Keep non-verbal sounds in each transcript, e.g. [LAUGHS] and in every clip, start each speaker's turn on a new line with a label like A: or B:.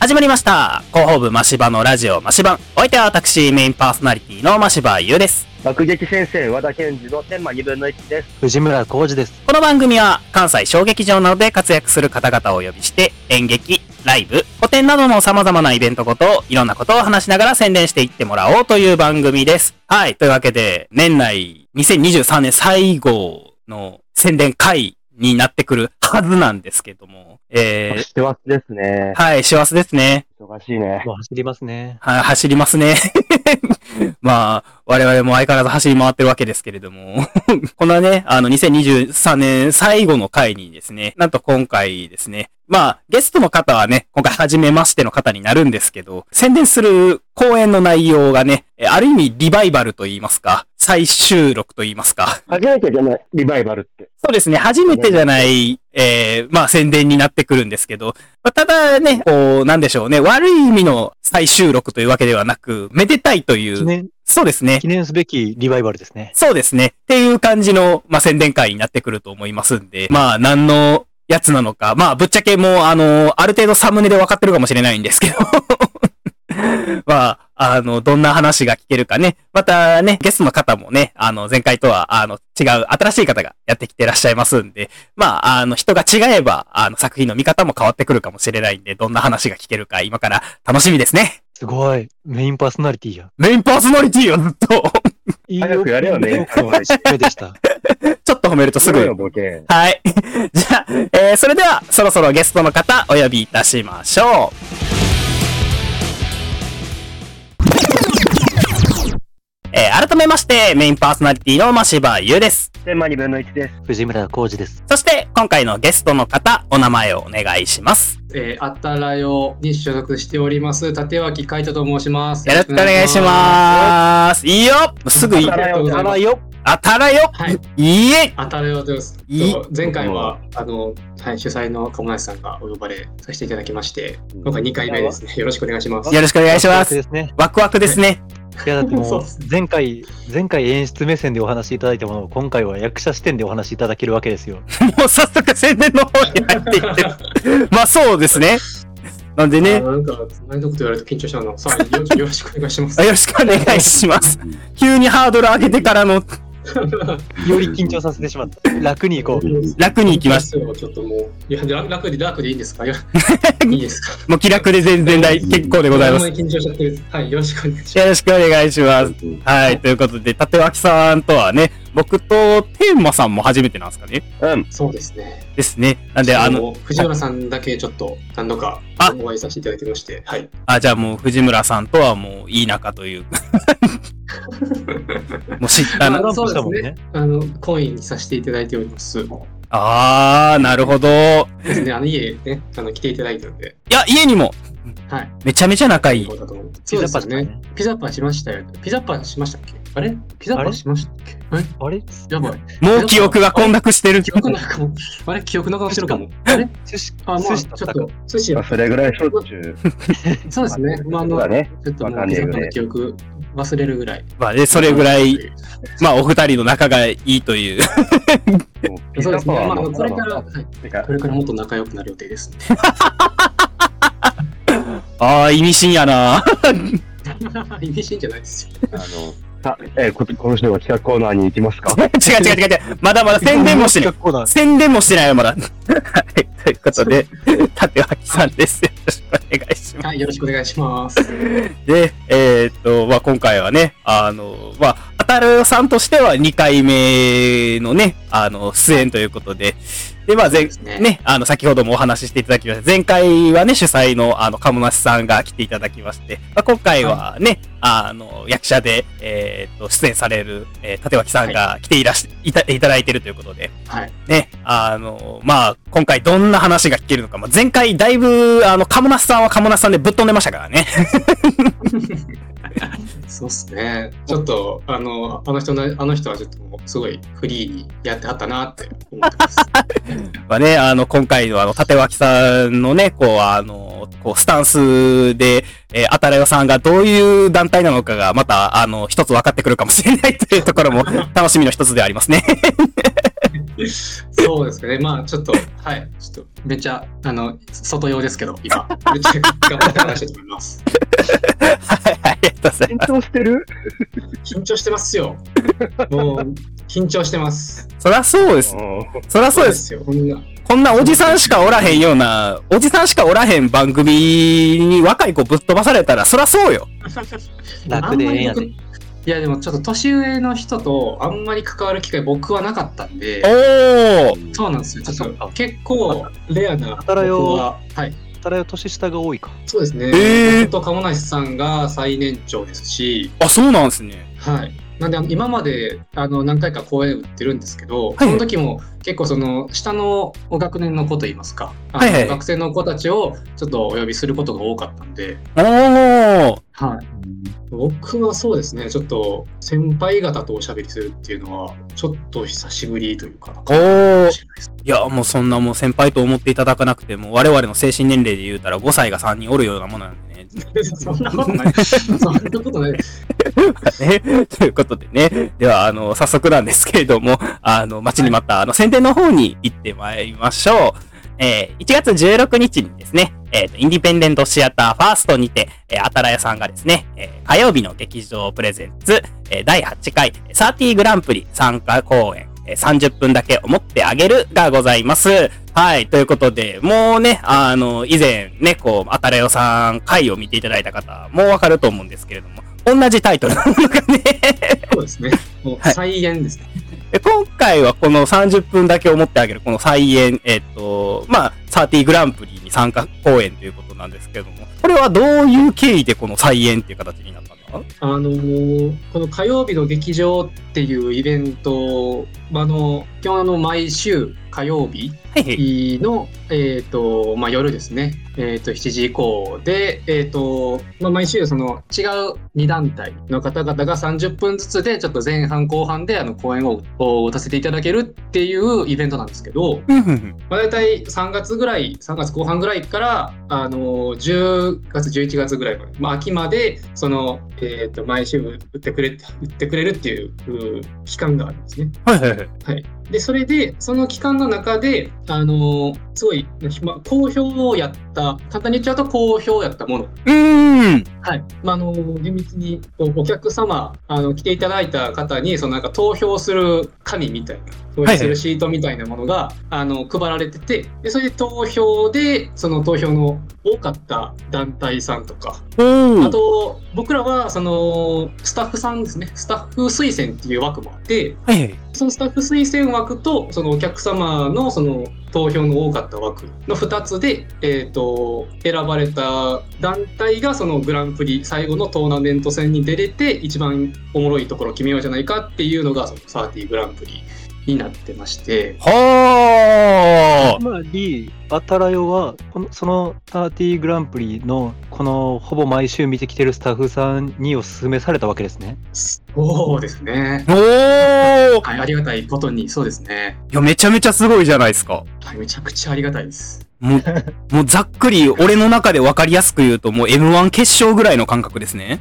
A: 始まりました広報部マシバのラジオマシバンお相手は私メインパーソナリティのマシバユウです
B: 爆撃先生和田健二の天満二分の一です。
C: 藤村浩二です。
A: この番組は関西小劇場などで活躍する方々をお呼びして演劇ライブ古典などの様々なイベントごといろんなことを話しながら宣伝していってもらおうという番組ですはいというわけで年内2023年最後の宣伝会になってくるはずなんですけどもえー、
B: してますですね。
A: はい、幸せですね。
B: 忙しいね。
C: もう走りますね。
A: は走りますね。 [LAUGHS] まあ、我々も相変わらず走り回ってるわけですけれども、 [LAUGHS] このね、あの、2023年最後の回にですね、なんと今回ですね、まあ、ゲストの方はね、今回初めましての方になるんですけど、宣伝する講演の内容がね、えある意味リバイバルと言いますか、再収録と言いますか、
B: 初めてじゃない、リバイバルって。
A: そうですね。初めてじゃない、えー、まあ宣伝になってくるんですけど、まあ、ただね、こう、なんでしょうね。悪い意味の再収録というわけではなく、めでたいとい
C: 記
A: う、
C: 念、
A: そうですね
C: 記。念すべきリバイバルですね。
A: そうですね。っていう感じの、まあ、宣伝会になってくると思いますんで、まあ、何のやつなのか、まあ、ぶっちゃけもう、あの、ある程度サムネで分かってるかもしれないんですけど、 [LAUGHS] まあ、あの、どんな話が聞けるかね。またね、ゲストの方もね、あの、前回とは、あの、違う、新しい方がやってきてらっしゃいますんで、まあ、あの、人が違えば、あの、作品の見方も変わってくるかもしれないんで、どんな話が聞けるか、今から楽しみですね。
C: すごい。メインパーソナリティや。
A: メインパーソナリティよ、ずっと。 [LAUGHS]
C: いい
B: 早くやれよね
C: 目で [LAUGHS] した。
A: ちょっと褒めるとすぐ
B: のボケ。
A: はい。 [LAUGHS] じゃあ、えーそれでは、そろそろゲストの方、お呼びいたしましょう。えー改めまして、メインパーソナリティのマシバユウです。
B: 天満二分の一です。
C: 藤村浩二です。
A: そして、今回のゲストの方、お名前をお願いします。
D: えー、あったらよに所属しております立脇海人と申します。
A: よろしくお願いします。いいよすぐい
D: あた、らよあたら
C: よ。
A: あたらよ
D: はい、
A: いいえ
D: あたらよです。
A: いい
D: 前回はあの、はい、主催の鴨梨さんがお呼ばれさせていただきまして、今回2回目ですね。よろしくお願いします。
A: よろしくお
C: お
A: 願いします。
C: ですね。
A: ワクワクですね。
C: いや、だって
D: そ
C: も
D: う
C: う
D: っす、
C: 前回、前回演出目線でお話しいただいたものを、今回は役者視点でお話しいただけるわけですよ。
A: もう早速宣伝の方に入っていってる。まあそうですね。なんでね
D: あ、なんか、前のこと言われると緊張しちゃうの。さあ、
A: [LAUGHS]
D: よよろしくお願いします [LAUGHS]
A: あ。よろしくお願いします。急にハードル上げてからの
C: より緊張させてしまった。楽に行こう。
A: 楽に行きます。
D: すよ。ちょっともう、いや楽楽で楽でいいんですか
A: [LAUGHS]
D: いやいいですか
A: もう気楽で全然大結構でございます。
D: あん
A: よ
D: り緊張しちゃってる。はい、よろしくお願いしま
A: ろしくお願いします。はい、ということで、立脇さんとはね、僕と天馬さんも初めてなんですかね。
B: うん。
D: す。そうですね。
A: ですね。なんで、あの、
D: 藤原さんだけちょっと何度か
A: あ
D: お会いさせていただきまして、はい。
A: あ、じゃあもう藤村さんとはもういい仲と
D: [LAUGHS]
A: いう。もう知った
D: あ
A: な。
D: のそ
C: トランプし
D: うですね
C: たもんね。
D: あの、懇意にさせていただいております。
A: あー、なるほど。い
D: ですね、あの、家ね、あの、来ていただいたので、
A: や、家にも、
D: はい。
A: めちゃめちゃ仲い
D: いい
A: い
D: こ。とだと思う。
C: ピ
D: そ
C: ザ
D: うで
C: パ
D: す
C: スタね
D: ね。。ピザパしましたよ。ピザパしましたっけあれピザ
C: あ
D: パ
C: れ
D: しましたっけえ
C: あれ
D: やばい。
A: もう記憶が混濁してる。
D: 記憶ないかも。あれ記憶なかもしれかも。あれ
C: 寿司、
D: あ、まあ、ちょ
C: 寿司
D: っ
C: だったか
D: と、寿司
B: ま [LAUGHS] あ、それぐらいしょっちゅう。
D: そうですね。まあ、あ
B: そ
D: の
B: うだ、ね。
D: ちょっとも
B: わか
D: うん
B: ねえ
D: ピザ
B: よ
D: パ
B: ね
D: の記憶忘れるぐらい。
A: まあね、それぐらい、。まあお二人の仲がいいという。
B: もうピ
D: [LAUGHS] そ
B: ザ
D: うです
B: パ
D: ね。
B: ワ
D: まあ、
B: ー
D: あ
B: の
D: のこれから、はい。
B: てか
D: これからもっと仲良くなる予定ですね。 [LAUGHS]
A: あー、意味深やな。
D: 意味深じゃないですよ。
B: あの、さ、えー、ここの人は企画コーナーに行きます
A: [LAUGHS]
B: か
A: 違う違う違う違う。まだまだ宣伝もしてない。
C: 結構な
A: 宣伝もしてないよ、 [LAUGHS] まだ。はい。ということで、立脇さんです。よろしくお願いしま
D: はい、よろしくお願いします。
A: す。で、えーっと、まあ、今回はね、あの、まあ、あたるさんとしては2回目のね、あの、出演ということで、で、まあ、前
D: で、すね
A: ね、あの、先ほどもお話ししていただきました。前回はね、主催の、あの、鴨梨さんが来ていただきまして、まあ、今回はね、あの、役者で、えーっと、出演される、えー立脇さんが来ていらし、いた、いただいてるということで、
D: はい。
A: ね、あの、まあ、今回どんな話が聞けるのか、まあ、前回だいぶ、あの、カムナスさんはカムナスさんでぶっ飛んでましたからね。
D: そうっすね。ちょっと、あの、あの人の、あの人はちょっともう、すごいフリーにやってはったなって思ってます。
A: まあね、あの、今回のあの、立脇さんのね、こう、あの、こう、スタンスで、えー、あたらよさんがどういう団体なのかが、ま [LAUGHS] た、あの、一つ分かってくるかもしれないというところも、楽しみの一つではありますね。
C: [LAUGHS]
D: そうですね。まあ、ちょっと、はい。ちょっと、めっちゃ、あの、外用ですけど、今。めっちゃ頑張って話したいと思います。
A: はい、ありがとうござい
B: 緊
A: ます。
B: 張してる
D: 緊張してますよ。もう、緊張してます。
A: そらそうです。そらそうです。
D: すよ。こんな。
A: こんなおじさんしかおらへんような、おじさんしかおらへん番組に若い子ぶっ飛ばされたら、そらそうよ。
C: 楽でええんや
D: あんま
C: で
D: り。僕いや、でもちょっと年上の人とあんまり関わる機会僕はなかったん
A: お
D: で、
A: ー。
D: そうなんですよ。ちょっ
C: あそ
D: と
C: うか
D: 結構レアな僕
C: 働よ
D: は、はい。
C: ただよ年下が多いか。
D: そうですね。
A: えー
D: 僕と鴨梨さんが最年長ですし、
A: あ、そうなんですね。
D: はい。なんであの今まであの何回か公演売ってるんですけど、その時も結構その下の学年の子といいますか、あの
A: はいはい
D: 学生の子たちをちょっとお呼びすることが多かったんで、
A: おー。
D: はい、僕はそうですねちょっと先輩方とおしゃべりするっていうのはちょっと久しぶりというかなんか
A: おー
D: もしれな
A: [LAUGHS]
D: いです
A: いや、もうそんなもう先輩と思っていただかなくても、我々の精神年齢で言うたら5歳が3人おるようなものなんでね。
D: そんなこと
A: [LAUGHS]
D: ないそんなことない
A: ね、 [LAUGHS] ということでね。では、あの、早速なんですけれども、あの、待ちに待った、あの、宣伝の方に行ってまいりましょう。えー1月16日にですね、えっ、と、インディペンデントシアターファーストにて、えー、あたらやさんがですね、えー火曜日の劇場プレゼンツ、えー第8回、サーティーグランプリ参加公演、えー30分だけ思ってあげるがございます。はい。ということで、もうね、あの、以前ね、こう、あたらよさん回を見ていただいた方、もうわかると思うんですけれども、同じタイトルな [LAUGHS] のがね。
D: そうですねもう
A: はい
D: 再演ですね、
A: で今回はこの30分だけ思ってあげる、この再演、えっ、と、まあ、サーティグランプリに参加公演ということなんですけれども、これはどういう経緯でこの再演っていう形になったんだ
D: あのーこの火曜日の劇場っていうイベントあの基本あの毎週火曜日
A: はいはい。
D: の、えーとまあ、夜ですね、えー、と7時以降で、えーとまあ、毎週その違う2団体の方々が30分ずつでちょっと前半後半であの講演をを打たせていただけるっていうイベントなんですけど、
A: ふんふんふん
D: まあ、大体3月ぐらい3月後半ぐらいから、あの10月11月ぐらいまで、まあ、秋までその、えー、と毎週売ってくれ売ってくれるっていううん期間があるんですね。
A: はいはいはい。
D: はい、でそれでその期間の中で、あのーすごい、まあ、好評をやった簡単に言っちゃうと好評をやったもの、
A: うーん。
D: はいまああのー厳密にこうお客様あの来ていただいた方にそのなんか投票する紙みたいな投票するシートみたいなものが、あの配られててでそれで投票でその投票の多かった団体さんとか
A: お
D: あ
A: ー。
D: と僕らはそのスタッフさんですねスタッフ推薦っていう枠もあって。
A: はいはい。
D: そのスタッフ推薦枠とそのお客様のその投票の多かった枠の2つで、えー、と選ばれた団体がそのグランプリ最後のトーナメント戦に出れて一番おもろいところを決めようじゃないかっていうのがそのサーティグランプリになってまして
A: は
C: つまり、あたらよは、このそのサーティーグランプリの、このほぼ毎週見てきてるスタッフさんにお勧めされたわけですね。
D: そうですね、
A: ー。おー。
D: はい、ありがたいことにそうですね、
A: いや、めちゃめちゃすごいじゃないですか。
D: はい、めちゃくちゃありがたいです
A: もう、もうざっくり俺の中で分かりやすく言うと、もう M1 決勝ぐらいの感覚ですね。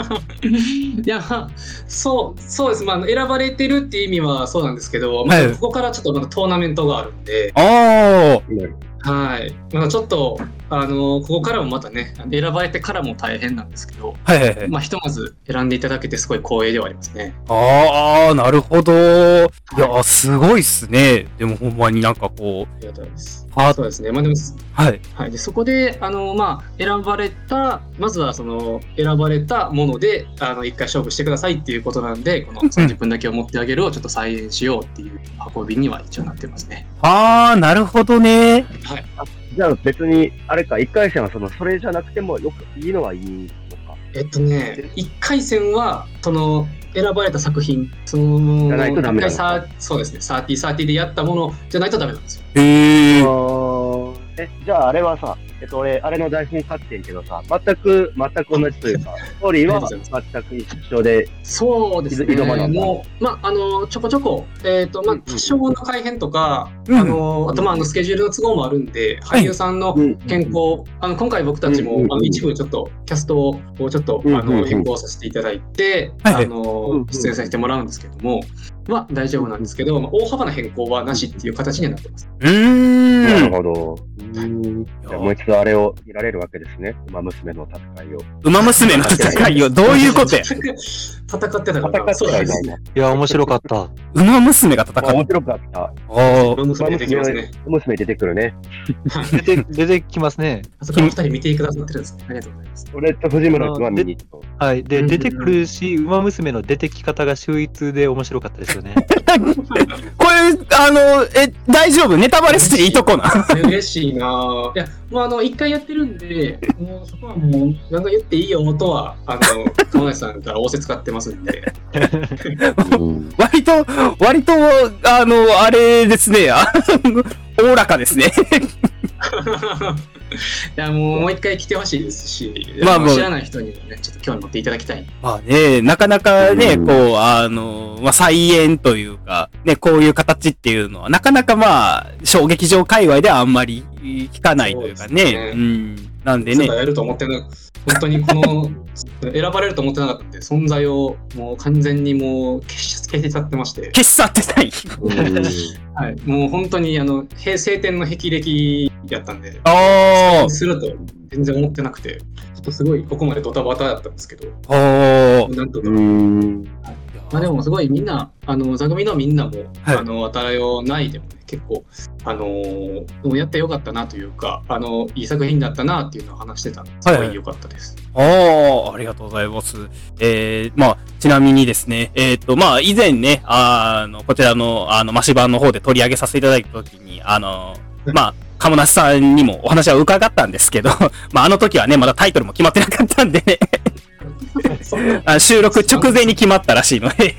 D: いやまあそうそうです、まああの、選ばれてるっていう意味はそうなんですけど、まあ
A: はい
D: ここからちょっとまだトーナメントがあるんで、
A: あー。
D: はいまあ、ちょっとあのここからもまたねあの選ばれてからも大変なんですけど、
A: はいはいはい。
D: まあ、ひとまず選んでいただけてすごい光栄ではありますね。
A: ああ、なるほど。い
D: は
A: や、すごいっすね。でもほんまになんかこ
D: ありがとうございます
A: う、あ
D: そうですね、まあでも
A: はい。
D: はい、でそこであの、まあ、選ばれたまずはその選ばれたものであの一回勝負してくださいっていうことなんでこの30分だけを持ってあげるをちょっと再演しようっていう運びには一応なってますね。
A: ああ、なるほどね。
D: はい、
B: じゃあ別に、あれか、一回戦はその、それじゃなくてもよく、いいのはいいのか。
D: えっとね1回戦はその選ばれた作品その
B: じゃないとダメなの
D: 一回さそうですね3030でやったものじゃないとダメなんですよ。
A: へえ。
B: あ
A: は
B: ーえ、じゃああれはさ、えっと俺、あれの台本買ってんけどさ、全く、全く同じというか、ストーリーは全く一緒で、
D: そうです
B: い
D: ね。
B: 挑まなあかん
D: もう、まあ、あの、ちょこちょこ、えっ、と、ま
B: う
D: あ
B: ん、
D: 多少の改変とか、
A: うん
D: あの、あと、まあ、あの、スケジュールの都合もあるんで、
A: はい
D: 俳優さんの
B: うん
D: 変更、あの、今回僕たちも、
B: うんうんうん
D: あの、一部ちょっと、キャストをちょっと、
B: うんうん
D: あ
B: うん
D: の、変更させていただいて、
A: はいはい
D: あ
B: うんうん
D: の、出演させてもらうんですけども、は大丈夫なんですけど、まあ大幅な変更はなしっていう形にはなってます。
A: うーん。
B: なるほど。
D: うん
B: じゃあもう一度あれを見られるわけですね。馬娘の戦いを。
A: 馬娘の戦いよ。どういうことや
D: 戦ってたか
B: 戦
D: ら、
B: って
D: そう
B: は
D: で
B: いな
D: す
B: い
D: ね。
B: な。
C: いや、面白か
D: [LAUGHS]
C: った。
A: 馬娘が戦
B: まあ、面
A: う。
B: 白かった。
A: おー
D: 馬娘出てきますね。
B: 娘出てくるね。
C: 出て、出てきますね。
D: あそこのお二人見てくださってるんですね。ありがとうございます。
B: 俺と藤村君は見に行く
C: はい。
D: う
C: で、
D: んうんう
C: 出
D: ん
C: てくるし、馬娘の出てき方が秀逸で面白かったですよ
D: [LAUGHS]
C: ね。
A: これ、あの、え、大丈夫ネタバレしていいとこ
D: [LAUGHS]
A: な。
D: 嬉しいなぁ。いや、もうあの、一回やってるんで、もうそこはもう、なんか言っていいよとは、あの、友達さんから仰せ使ってます
A: [LAUGHS]
D: んで。
B: と。うん
A: 割と、割と、あの、あれですね。あのおおらかですね。
D: いや、もう、もう一回来てほしいですし、
A: まあもう
D: 知らない人にもね、ちょっと興味持っていただきたい。
A: まあね、なかなかね、
B: うん
A: こう、あの、まあ、再演というか、ね、こういう形っていうのは、なかなかまあ、小劇場界隈ではあんまり聞かないというかね。
D: そう
A: う
D: ですね
A: ん。なんで
D: そう
A: ね
D: だ、やると思ってな、本当にこの、選ばれると思ってなかったんで、存在をもう完全にもう消し、消してちゃってまして。
A: 消し去ってない。
D: はい、もう本当にあの平成天の霹靂やったんで、
A: [LAUGHS] おー。
D: すると全然思ってなくて、ちょっとすごいここまでドタバタだったんですけど、
A: おー。
D: なんとか。
B: うん。
D: まあでもすごいみんな、あの座組のみんなも、
A: はい
D: あの渡らよないでもね、結構、あのーでもやってよかったなというか、あのいい作品だったなっていうのを話してたんです
A: はい
D: ごい良かったです。 [LAUGHS]
A: おー、ありがとうございます。えー、まあ、ちなみにですね、えっ、と、まあ、以前ね、あの、こちらの、あの、マシ版の方で取り上げさせていただいたときに、あの、まあ、鴨梨さんにもお話は伺ったんですけど、 [LAUGHS] まあ、あの時はね、まだタイトルも決まってなかったんでね、
D: そんな
A: あ収録直前に決まったらしいので、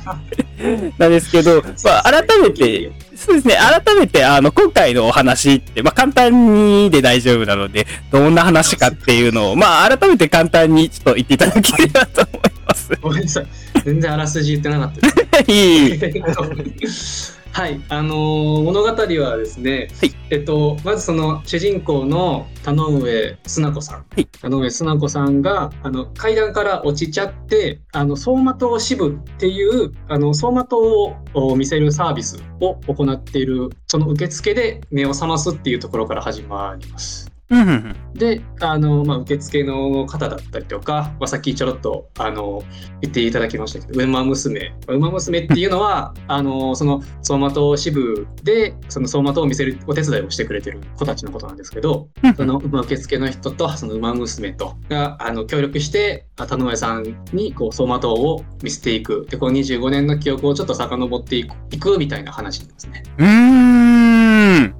A: [LAUGHS] なんですけど、まあ、改めて、そうですね、改めて、あの、今回のお話って、まあ、簡単にで大丈夫なので、どんな話かっていうのを、まあ、改めて簡単にちょっと言っていただければと思います。
D: [LAUGHS] ごめんなさい、全然あらすじ言ってなかったです。
A: いい。
D: はい、あのー物語はですね、
A: はい
D: えっと、まずその主人公の田上砂子さん、
A: い
D: 田上砂子さんがあの階段から落ちちゃってあの走馬灯支部っていうあの走馬灯を見せるサービスを行っているその受付で目を覚ますっていうところから始まります。
A: うんうんうん
D: であの、まあ、受付の方だったりとか、まあ、さっきちょろっとあの言っていただきましたけど「ウマ娘」「ウマ娘」っていうの [LAUGHS] はあのその走馬灯支部でその走馬灯を見せるお手伝いをしてくれてる子たちのことなんですけど
A: うん
D: そのまあ受付の人とそのウマ娘とがあの協力してあ田上さんにこう走馬灯を見せていくでこの25年の記憶をちょっと遡っていくいくみたいな話なんですね。
A: うーん。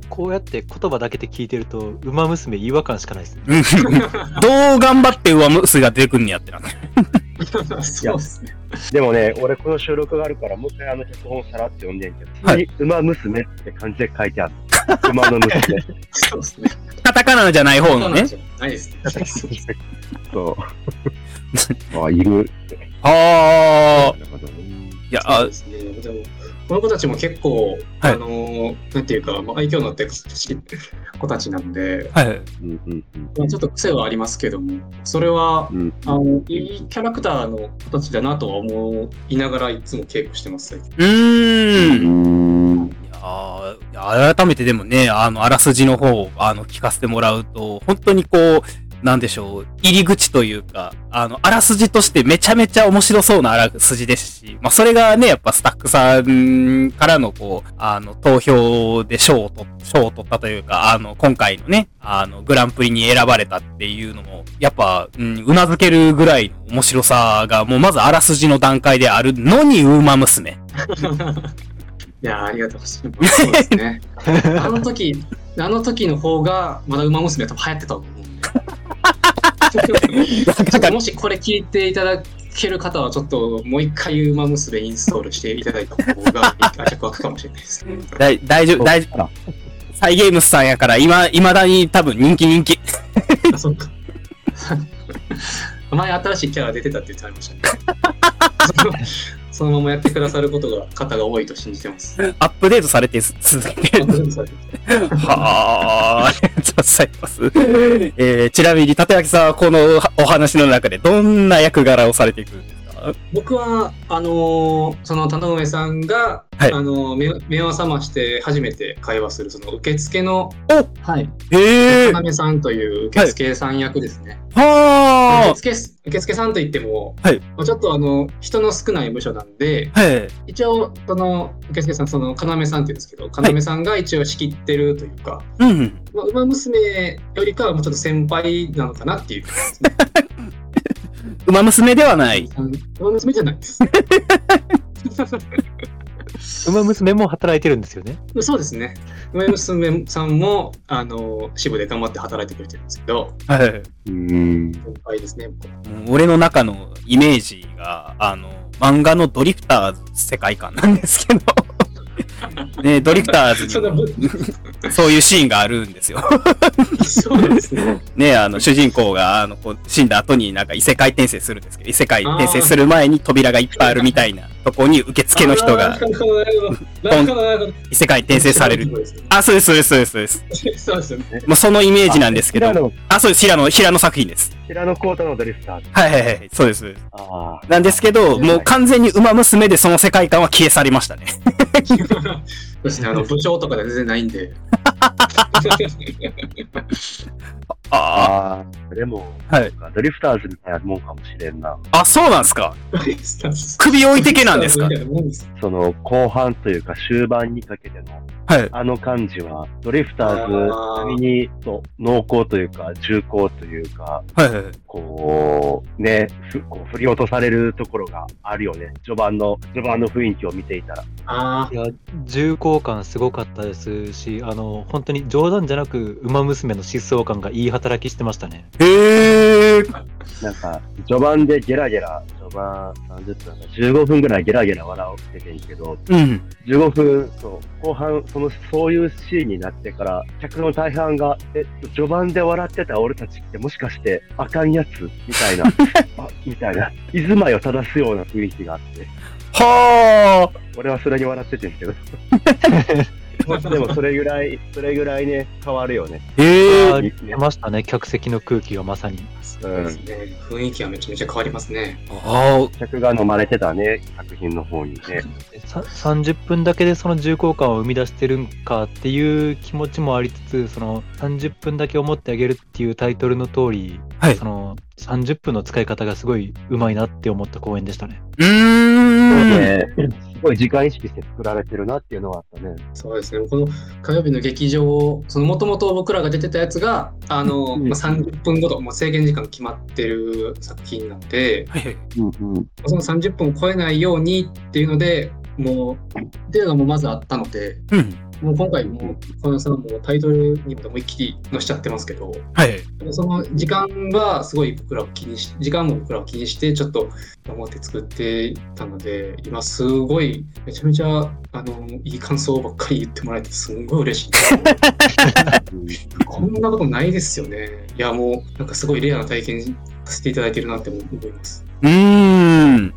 C: こうやって言葉だけで聞いてると、馬娘違和感しかないですね。
A: うんどう頑張って上娘が出てくんねやってな。
D: [LAUGHS] そうですね
B: でもね、俺この収録があるから、もう一回あの脚本さらって読んでんけど、
A: はい
B: 馬娘って感じで書いてある。 [LAUGHS] 馬の娘。
D: そうですね。
A: カタカナじゃない方のね。
D: そうなんですよ。ないですね。
B: そう。あ、いる。
A: あ
B: なるほどね
A: ー。いや、
D: そう
A: あ
D: ですね。でも、この子たちも結構、
A: はい
D: あのー、なんていうか、まあ、愛嬌のあって子たちなんで、
A: はい。
B: うんうんうん
D: まあ、ちょっと癖はありますけども、それは、
B: うん
D: あの、いいキャラクターの子たちだなとは思いながらいつも稽古してます。
A: うーん。
B: うん
A: いやーいや改めてでもね、あの、あらすじの方を、あの、聞かせてもらうと、本当にこう、なんでしょう、入り口というか、あの、あらすじとしてめちゃめちゃ面白そうなあらすじですし、まあ、それがね、やっぱスタッフさんからの、こう、あの、投票で賞を取賞を取ったというか、あの、今回のね、あの、グランプリに選ばれたっていうのも、やっぱ、うん、うなずけるぐらいの面白さが、もうまずあらすじの段階であるのに、ウーマ娘。
D: いやーありがとうございます。そうです
A: [LAUGHS]
D: ね。あの時、あの時の方が、まだ馬娘は多分流行ってたと思
A: [LAUGHS]
D: うんで。ちょっともしこれ聞いていただける方は、ちょっともう一回馬娘インストールしていただいた方が、脚湧くかもしれないです。 [LAUGHS]
A: だい大丈夫、大丈夫。サイゲームスさんやから、今、未だに多分人気人気。 [LAUGHS]
D: あ、そっか。前新しいキャラ出てたって言ってありましたね。 [LAUGHS] そのままやってくださることが方が多いと信じて [LAUGHS] ます。
A: アップデートされてす続け [LAUGHS] てる。はあ、ありがとうございます。えー、ちなみに、立脇さんはこのお話の中でどんな役柄をされていくんですか
D: 僕は、あのーその田上さんが、
A: はい
D: あのー目目を覚まして初めて会話する、その受付の、はい、
A: ええ
D: 田上さんという受付さん役ですね。
A: は
D: 受付受付さんといっても、
A: はい
D: まあちょっとあの人の少ない部署なんで、
A: あはい。
D: 一応、その受付さん、その要さんって言うんですけど、要さんが一応仕切ってるというか、
A: うん。
D: まあ、馬娘よりかはもうちょっと先輩なのかなっていう感じですね。
A: 馬娘ではない。
D: あの馬娘じゃないです。
C: 馬娘も働いてるんですよね。
D: そうですね。上娘さんも、あの、支部で頑張って働いてくれてるんですけど、
A: はい。
B: うん。
D: 先輩ですね、僕は
A: 俺の中のイメージが、あの、漫画のドリフターズ世界観なんですけ [LAUGHS] ど。ね、ドリフターズ
D: そんな
A: に
D: ぶ
A: もそういうシーンがあるんですよ。
D: そうですね。
A: ね、あの、主人公が、あの、こう死んだ後になんか異世界転生するんですけど、異世界転生する前に扉がいっぱいあるみたいなとこに受 [LAUGHS] 付の人
D: あ
A: が
D: ー。なるほどなるほどなるほど
A: 異世界転生される。あ、そうです、そうです、そうですそうです。
D: そうですよね。
A: もうそのイメージなんですけど
B: 平。野、
A: あ、そうです、平野、平野作品です。
B: 平野幸太のドリフターズ。
A: はいはいはい、そうです。そうです
B: ああ。
A: なんですけど、もう完全に馬娘でその世界観は消え去りましたね。
D: そうですね、あの、部長とかで全然ないんで。
A: あ
B: ああ。でも、
A: はい
B: なんかドリフターズみたいなもんかもしれんな。
A: あ、あ、そうなんですか首置いてけなんですか
B: その、後半というか終盤にかけての、
A: はい。
B: あの感じは、ドリフターズ
D: あー
B: 並みにそう濃厚というか、重厚というか、
A: はいはいはい。
B: こう、ね、ふこう振り落とされるところがあるよね。序盤の、序盤の雰囲気を見ていたら。
D: あ
C: いや、重厚感すごかったですし、あの、本当に冗談じゃなく、馬娘の疾走感がいい働きしてましたね。
A: へえ。
B: なんか、序盤でゲラゲラ、序盤30分か、15分ぐらいゲラゲラ笑っててんけど、
A: うん。
B: 15分、そう、後半、その、そういうシーンになってから、客の大半が、え、序盤で笑ってた俺たちってもしかして、あかんやつみたいな、あみたいな、居住まいを正すような雰囲気があって、
A: は
B: 俺はそれに笑っててんけど、
D: あ。
B: でもそれぐらい、それぐらいね、変わるよね。
A: あ。へ
C: あ
A: え。
B: いい
C: 出
B: ですね
C: ましたね、客席の空気がまさに。
D: そうですね。雰囲気はめちゃめちゃ変わりますね。
A: あ
B: 客が飲まれてたね、作品の方にね。
C: でさ30分だけでその重厚感を生み出してるんかっていう気持ちもありつつその30分だけ思ってあげるっていうタイトルの通り、
A: はい
C: その30分の使い方がすごいうまいなって思った公演でしたね。
A: うーん。
B: ねすごい時間意識して作られてるなっていうのはあったね。
D: そうですね。この火曜日の劇場を、そのもともと僕らが出てたやつが、あの、
B: うん
D: まあ、30分ごと、もう制限時間決まってる作品なんで、
A: はいはい
B: うんうん。
D: その30分を超えないようにっていうので、もう、っていうのがもうまずあったので、
A: うん。
D: もう今回もう、このさんもうタイトルにも思いっきりのしちゃってますけど、
A: はいはい。
D: その時間はすごい僕らを気にし、時間も僕らを気にして、ちょっと思って作ってたので、今すごい、めちゃめちゃ、あの、いい感想ばっかり言ってもらえて、すんごい嬉しい。こんなことないですよね。いや、もう、なんかすごいレアな体験させていただいてるなって思います。
A: うーん。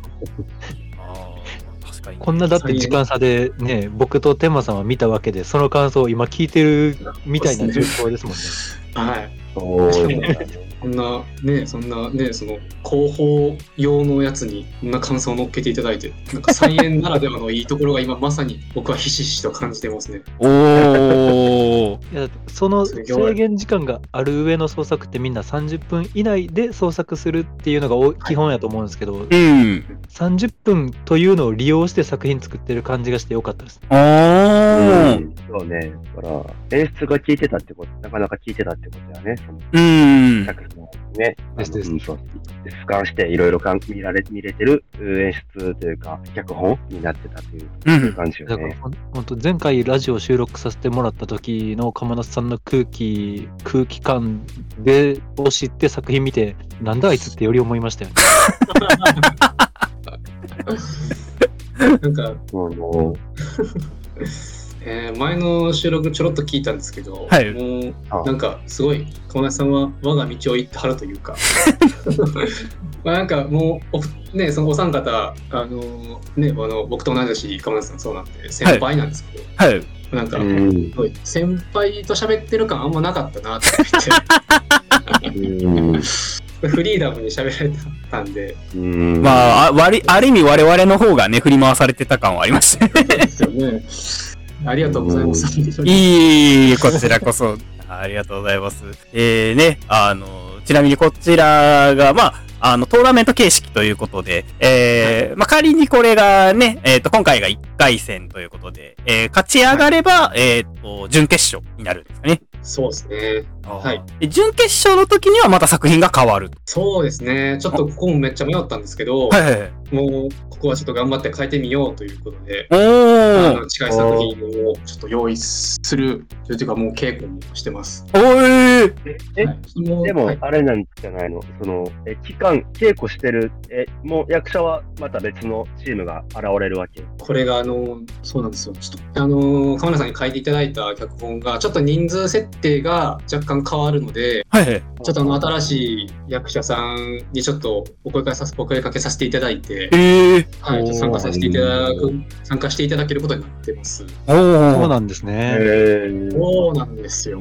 A: ああ。確かに。
C: こんなだって時間差でね僕と天馬さんは見たわけでその感想を今聞いてるみたいな重厚ですもんね。
D: はい。
B: そうだね。
D: こんな、ね、そんな、ね、その、広報用のやつに、こんな感想を乗っけていただいて、なんか菜園ならではのいいところが今、まさに僕はひしひしと感じてますね。
A: おお。
C: いやその
D: す
C: 制
D: ごい
C: 限時間がある上の創作ってみんな30分以内で創作するっていうのがお基本やと思うんですけど、
A: うん。
C: 30分というのを利用して作品作ってる感じがしてよかったです。
A: ああ。
B: そうね。だから、演出が効いてたってこと、なかなか効いてたってことだね。その
A: うん。
B: 作品をね。
C: ですです
B: あのうんそう。俯瞰していろいろかん見られ、見れてるうん演出というか、脚本になってたっていう
A: うん。
B: 感じよ
C: だから
B: ね。
C: ほんほんと前回ラジオ収録させてもらった時の鴨田さんの空気空気感でを知って作品見てなんだあいつってより思いましたよね。
D: なんか、
B: うんうん
D: えー前の収録ちょろっと聞いたんですけど、
A: はい
D: もう
B: あ
D: なんかすごい友達さんは我が道を行ってはるという [LAUGHS] かまあなんかもうお,、ね、そのお三方、あのーね、あの僕と同じだし鎌田さんそうなんで先輩なんですけど、
A: はい。
D: なんか、
B: うん
D: すごい先輩と喋ってる感あんまなかったなって思って
B: うん。
D: [LAUGHS] フリーダムに喋られたんで、
B: うん
A: まあ、あ割りある意味我々の方がね、振り回されてた感はありましたね。
D: そうですよね。ありがとうございます。
A: いい、こちらこそ。ありがとうございます。えー、ね、あの、ちなみにこちらが、まあ、あの、トーナメント形式ということで、えーまあ、仮にこれがね、えっ、と、今回が1回戦ということで、えー勝ち上がれば、えっ、と、準決勝になるんですかね。
D: そうですね。はい
A: で。準決勝の時にはまた作品が変わる。
D: そうですね。ちょっとここもめっちゃ迷ったんですけど、
A: はいはいはい。
D: もうここはちょっと頑張って変えてみようということで、
A: お
D: あ
A: ー
D: の近い作品をちょっと用意するというかもう稽古もしてます。
A: おー
B: え
D: はいもう
B: でも
D: はい、
B: あれなんじゃないの、その、え期間、稽古してる、えもう役者はまた別のチームが現れるわけ。
D: これがあのそうなんですよちょっとあの河村さんに書いていただいた脚本がちょっと人数設定が若干変わるので
A: はいはい。
D: ちょっとあの新しい役者さんにちょっとお声かけさせお声かけさせていただいて
A: え、ー、
D: はい、ちょっと参加させていただ
B: お
D: く参加していただけることになってます。
A: お
C: そう
A: ー
C: なんです
B: へ
C: ね。
B: ーね
D: そうなんですよ。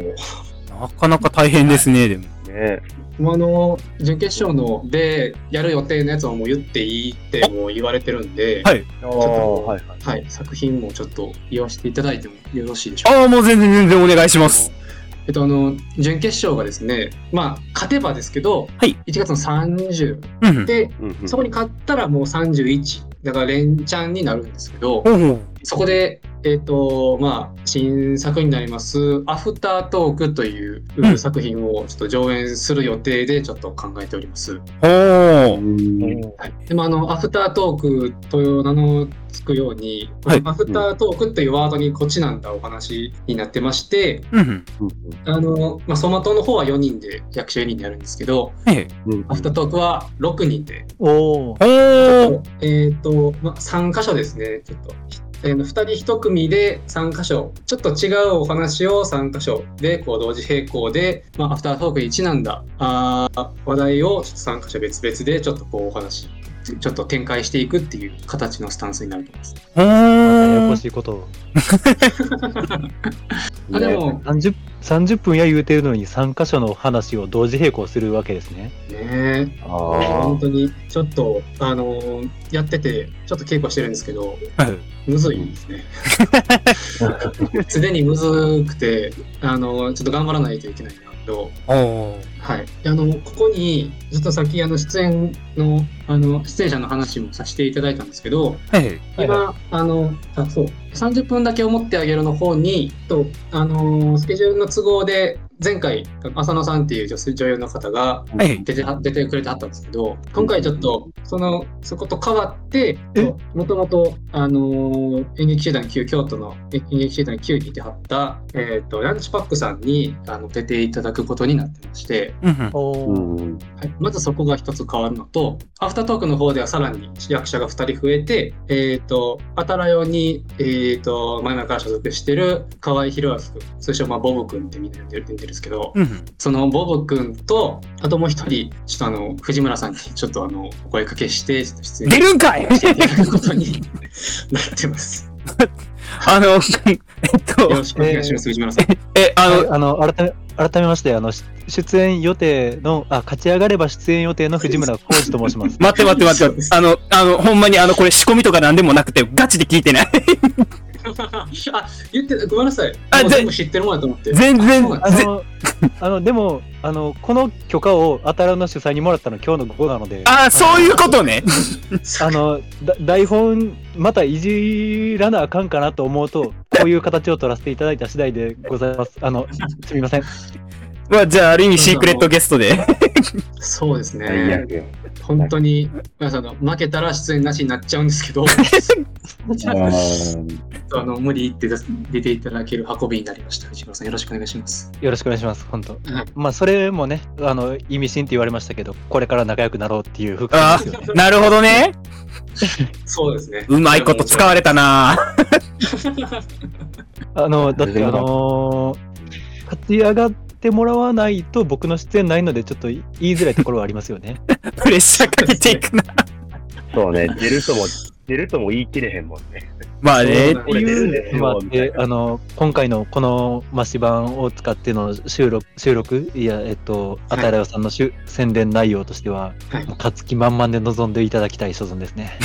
A: なかなか大変ですね、でも。
B: え
D: もうあの準決勝のでやる予定のやつはもう言っていいってもう言われてるんで、
A: はい
B: あーはいはい。
D: はい、作品もちょっと言わせていただいてもよろしいでしょうか。
A: ああ、もう全然全然お願いします。
D: えっと、あの準決勝がですね、まあ、勝てばですけど、
A: はい
D: 1月の30
A: うんうん。
D: で、
B: うんうん
D: そこに勝ったらもう31、だから連チャンになるんですけど、
A: ほうほう
D: そこで、えっとまあ、新作になります、アフタートークという
A: うん
D: 作品をちょっと上演する予定でちょっと考えております。
A: ほう。
D: はい、でもあのアフタートークと名の付くように、
A: はい
D: アフタートークというワードにこっちなんだお話になってまして、
A: うんうん。
D: あの、まあ、ソマトの方は4人で、役者4人でやるんですけど、
A: はい。
D: アフタートークは6人で、
C: お
A: ほ
C: お。
A: う。
D: えっ、と、まあ、3箇所ですね、ちょっと。えー2人1組で3箇所、ちょっと違うお話を3箇所で、こう同時並行で、まあ、アフタートークにちなんだあー話題をちょっと3箇所別々で、ちょっとこうお話、ちょっと展開していくっていう形のスタンスになると思います。
A: ほ
C: ややこ
A: う。
C: しいことを。
B: うん
D: あでも、
C: 30, 30分や言うてるのに3箇所の話を同時並行するわけですね。
D: ねえ、
B: あ
D: 本当にちょっと、あのーやってて、ちょっと稽古してるんですけど、むずいで
A: [LAUGHS]
D: すね。すでにむずくて、あの、ちょっと頑張らないといけないんだけど、
A: ほう。
D: はい。あの、ここに、ちょっとさっき、あの、出演の、あの、出演者の話もさせていただいたんですけど、
A: はい。
D: 今、
C: は
D: あの、あ、そう、30分だけ思ってあげるの方に、と、あの、スケジュールの都合で、前回、浅野さんっていう女性女優の方が、
A: はい。
D: 出ては出てくれてはったんですけど今回ちょっとそのそこと変わってもともとあのー演劇集団 Q 京都の演劇集団 Q にいてはった、えー、とランチパックさんにあの出ていただくことになってまして、
A: うんうん。
C: お
B: ー
C: お、
B: うん
D: はい、まずそこが一つ変わるのとアフタートークの方ではさらに役者が2人増えてえっ、とあたらよにえっ、と前々から所属してる河合弘明君通称まあボブ君ってみんな呼んでる呼んでるんですけど、
A: うんうん。
D: そのボブ君と、あともう一人、ちょっとあの、藤村さんにちょっとあの、お声かけして、ちょっと出演
A: 出るんかい
D: していただくことになってます。
A: あの、えっ
D: よ
A: と、
D: ろしくお願いします、藤村さん。
A: [LAUGHS] え、あ
C: はい
A: の、。
C: あの改め改めましてあのし出演予定のあ勝ち上がれば出演予定の藤村浩二と申します
A: 待って待って待って待って。あの、あの、ほんまにあの、これ仕込みとかなんでもなくて、ガチで聞いてない。
D: あ、言ってた、ごめんなさい。
A: あ
D: もう
A: ぜ
D: 全部知ってるもんやと思って。
A: 全然
D: そうなん
C: あ
D: です
C: のあのでもあのこの許可をあたらの主催にもらったの今日の午後なので。
A: ああ、そういうことね。
C: あのだ台本またいじらなあかんかなと思うとこういう形を取らせていただいた次第でございますあのすみません
A: まあ、じゃあ、ある意味シークレットゲストで。
D: そうです
B: 最
D: ね。
B: 悪や
D: 本当に、皆さんあの、負けたら出演なしになっちゃうんです
A: [LAUGHS]
D: けど、
B: あー
D: あの無理言って出す出ていただける運びになりました。藤村さん、よろしくお願いします。
C: よろしくお願いします本当
D: はい
C: まあそれもねあの意味深って言われましたけどこれから仲良くなろうっていう復
A: あ
C: 活です
A: あ、
C: よ
A: なるほどね。
D: そうですね。
A: うまいこと使われたな。
C: あのだってあのー勝ち上がってもらわないと僕の出演ないのでちょっと言いづらいところはありますよね
A: プレッシャーかけていくな。
B: そうね、出る人もってるとも言い切れへんもんね。
A: まあね
D: そう、
B: これ出るんです
C: まあ
B: よ、み、たい
C: で
B: な。
C: あの今回のこのマシ版を使っての収録、収録いや、えっと、
D: は
C: あ
D: い
C: たらよさんのしゅ宣伝内容としては、
D: はい
C: もう勝つ気満々で臨んでいただきたい所存ですね。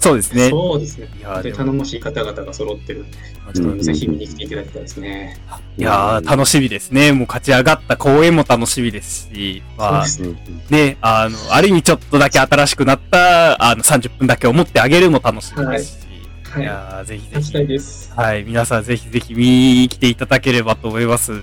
A: そうですね。
D: そうですね。
A: いやー
D: で
A: で
D: 頼
A: も
D: もしい方々が揃ってるんで、
A: まあ
D: ち
A: ちょ
D: ょっ
A: っ
D: と
A: と
D: ぜひ見に来ていただきたいですね。
A: いやー、楽しみですね。もう勝ち上がった公演も楽しみですし、まあ、
D: そうですね。
A: ね、あの、ある意味ちょっとだけ新しくなった、あの、30分だけ思ってあげるも楽しみですし、い、
D: は
A: やーぜひ
D: い。
A: ぜ
D: 行きたい
A: ひ、
D: です。
A: はい、皆さんぜひぜひ見に来ていただければと思います。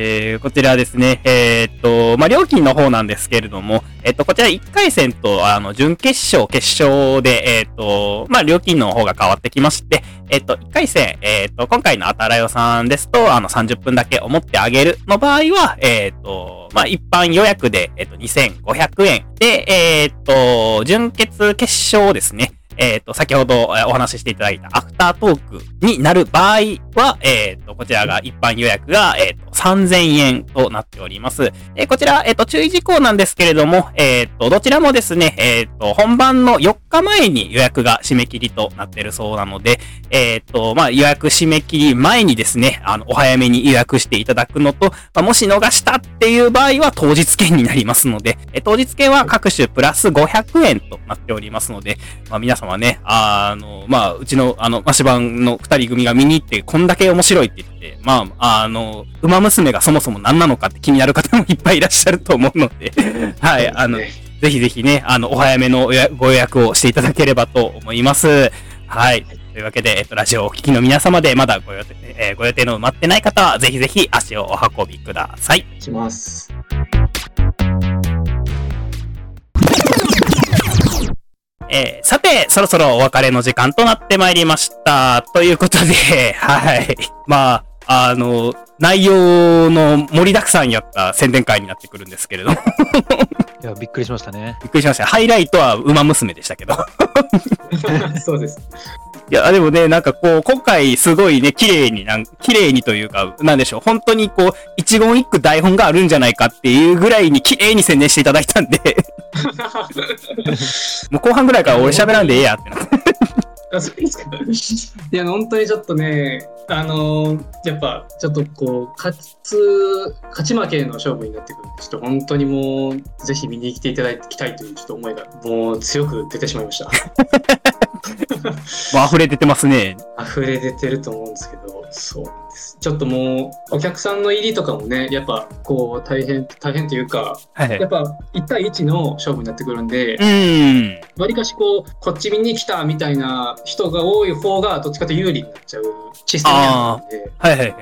A: えー、こちらですね、えーっと、まあ、料金の方なんですけれども、えっと、こちら1回戦と、あの、準決勝、決勝で、えーっと、まあ、料金の方が変わってきまして、えっと、1回戦、えっと、今回のあたらよさんですと、あの、30分だけ思ってあげるの場合は、えっと、まあ、一般予約で、えっと、2500円。で、えっと、準決決勝ですね。えっと、先ほどえーお話ししていただいたアフタートークになる場合は、えっと、こちらが一般予約が、えっと、3000円となっております。えーこちら、えっ、と、注意事項なんですけれども、えっ、と、どちらもですね、えっ、と、本番の4日前に予約が締め切りとなっているそうなので、えっ、と、まあ、予約締め切り前にですね、あの、お早めに予約していただくのと、まあ、もし逃したっていう場合は当日券になりますので、えー当日券は各種プラス500円となっておりますので、まあ、皆様ね、あの、まあ、うちの、あの、マシバンの二人組が見に行って、こんだけ面白いって言って、まあ、あの、馬娘がそもそも何なのかって気になる方もいっぱいいらっしゃると思うので、はい、あの、
D: ね
A: ぜひぜひね、あの、お早めのおやご予約をしていただければと思います。はい。というわけで、えっと、ラジオをお聞きの皆様で、まだご予定、えーご予定の埋まってない方は、ぜひぜひ足をお運びください。
D: 行き [LAUGHS] ます。
A: えーさて、そろそろお別れの時間となってまいりました。ということで、 [LAUGHS] はい。まあ、あの、内容の盛りだくさんやった宣伝会になってくるんですけれども、
C: いや、びっくりしましたね。
A: びっくりしました。ハイライトは馬娘でしたけど。
D: そうです。 [LAUGHS]
A: いや、でもね、なんかこう、今回すごいね、綺麗になん、綺麗にというか、なんでしょう、本当にこう、一言一句台本があるんじゃないかっていうぐらいに綺麗に宣伝していただいたんで、 [LAUGHS] もう後半ぐらいから俺喋らんでええやってなって。
D: あそうですか。いや、本当にちょっとね、あのーやっぱ、ちょっとこう、勝つ、勝ち負けの勝負になってくるんで、ちょっと本当にもう、ぜひ見に来ていただきたいという、ちょっと思いが、もう強く出てしまいま [LAUGHS] した。
A: もう溢れ出てますね。
D: 溢れ出てると思うんですけど、そうなんです。ちょっともう、お客さんの入りとかもね、やっぱ、こう、大変、大変というか、
A: はい。
D: や
A: う
D: っぱ、1対1の勝負になってくるんで、
A: ーん。
D: わりかしこう、こっち見に来たみたいな人が多い方が、どっちかというと有利になっちゃうシステムなので、
A: はいはいはい。
D: はい、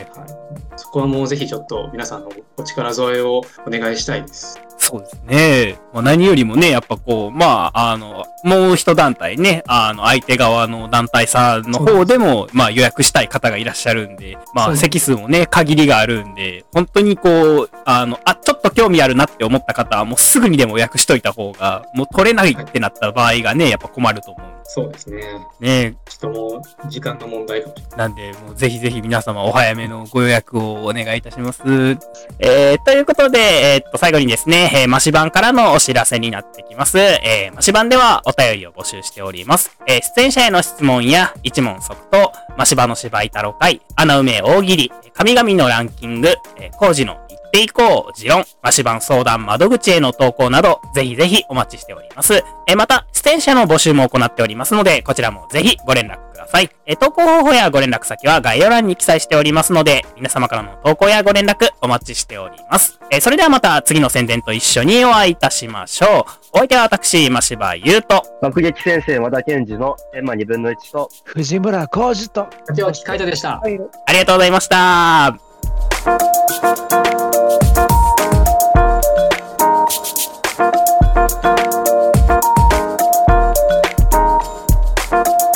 D: そこはもうぜひちょっと皆さんのお力添えをお願いしたいです。
A: そうですね。まあ、何よりもね、やっぱこう、まあ、あの、もう一団体ね、あの、相手側の団体さんの方でも、まあ予約したい方がいらっしゃるんで、ま
D: そ
A: あ
D: うです
A: 席数もね、限りがあるんで、本当にこう、あの、あ、ちょっと興味あるなって思った方は、もうすぐにでも予約しといた方が、もう取れないってなった場合がね、やっぱ困ると思うんで
D: そうですね。
A: すね。
D: ちょっともう時間の問題かもしれない。
A: なんで、もうぜひぜひ皆様お早めのご予約をお願いいたします。えー、ということで、えーっと、最後にですね、えーマシ版からのお知らせになってきます。えー、マシ版ではお便りを募集しております。えー、出演者への質問や一問即答、マシ版の芝居太郎会、穴埋め大喜利、神々のランキング、えー、工事の言っていこう、持論、マシ版相談窓口への投稿など、ぜひぜひお待ちしております。えーまた、出演者の募集も行っておりますので、こちらもぜひご連絡ください。えー投稿方法やご連絡先は概要欄に記載しておりますので、皆様からの投稿やご連絡お待ちしております。えーそれではまた次の宣伝と一緒にお会いいたしましょう。お相手は私、マシバユうと。
B: 爆撃先生和田健二のテーマ2分の1と、
C: 藤村浩二と
D: 竹脇海斗でした。
A: ありがとうございました。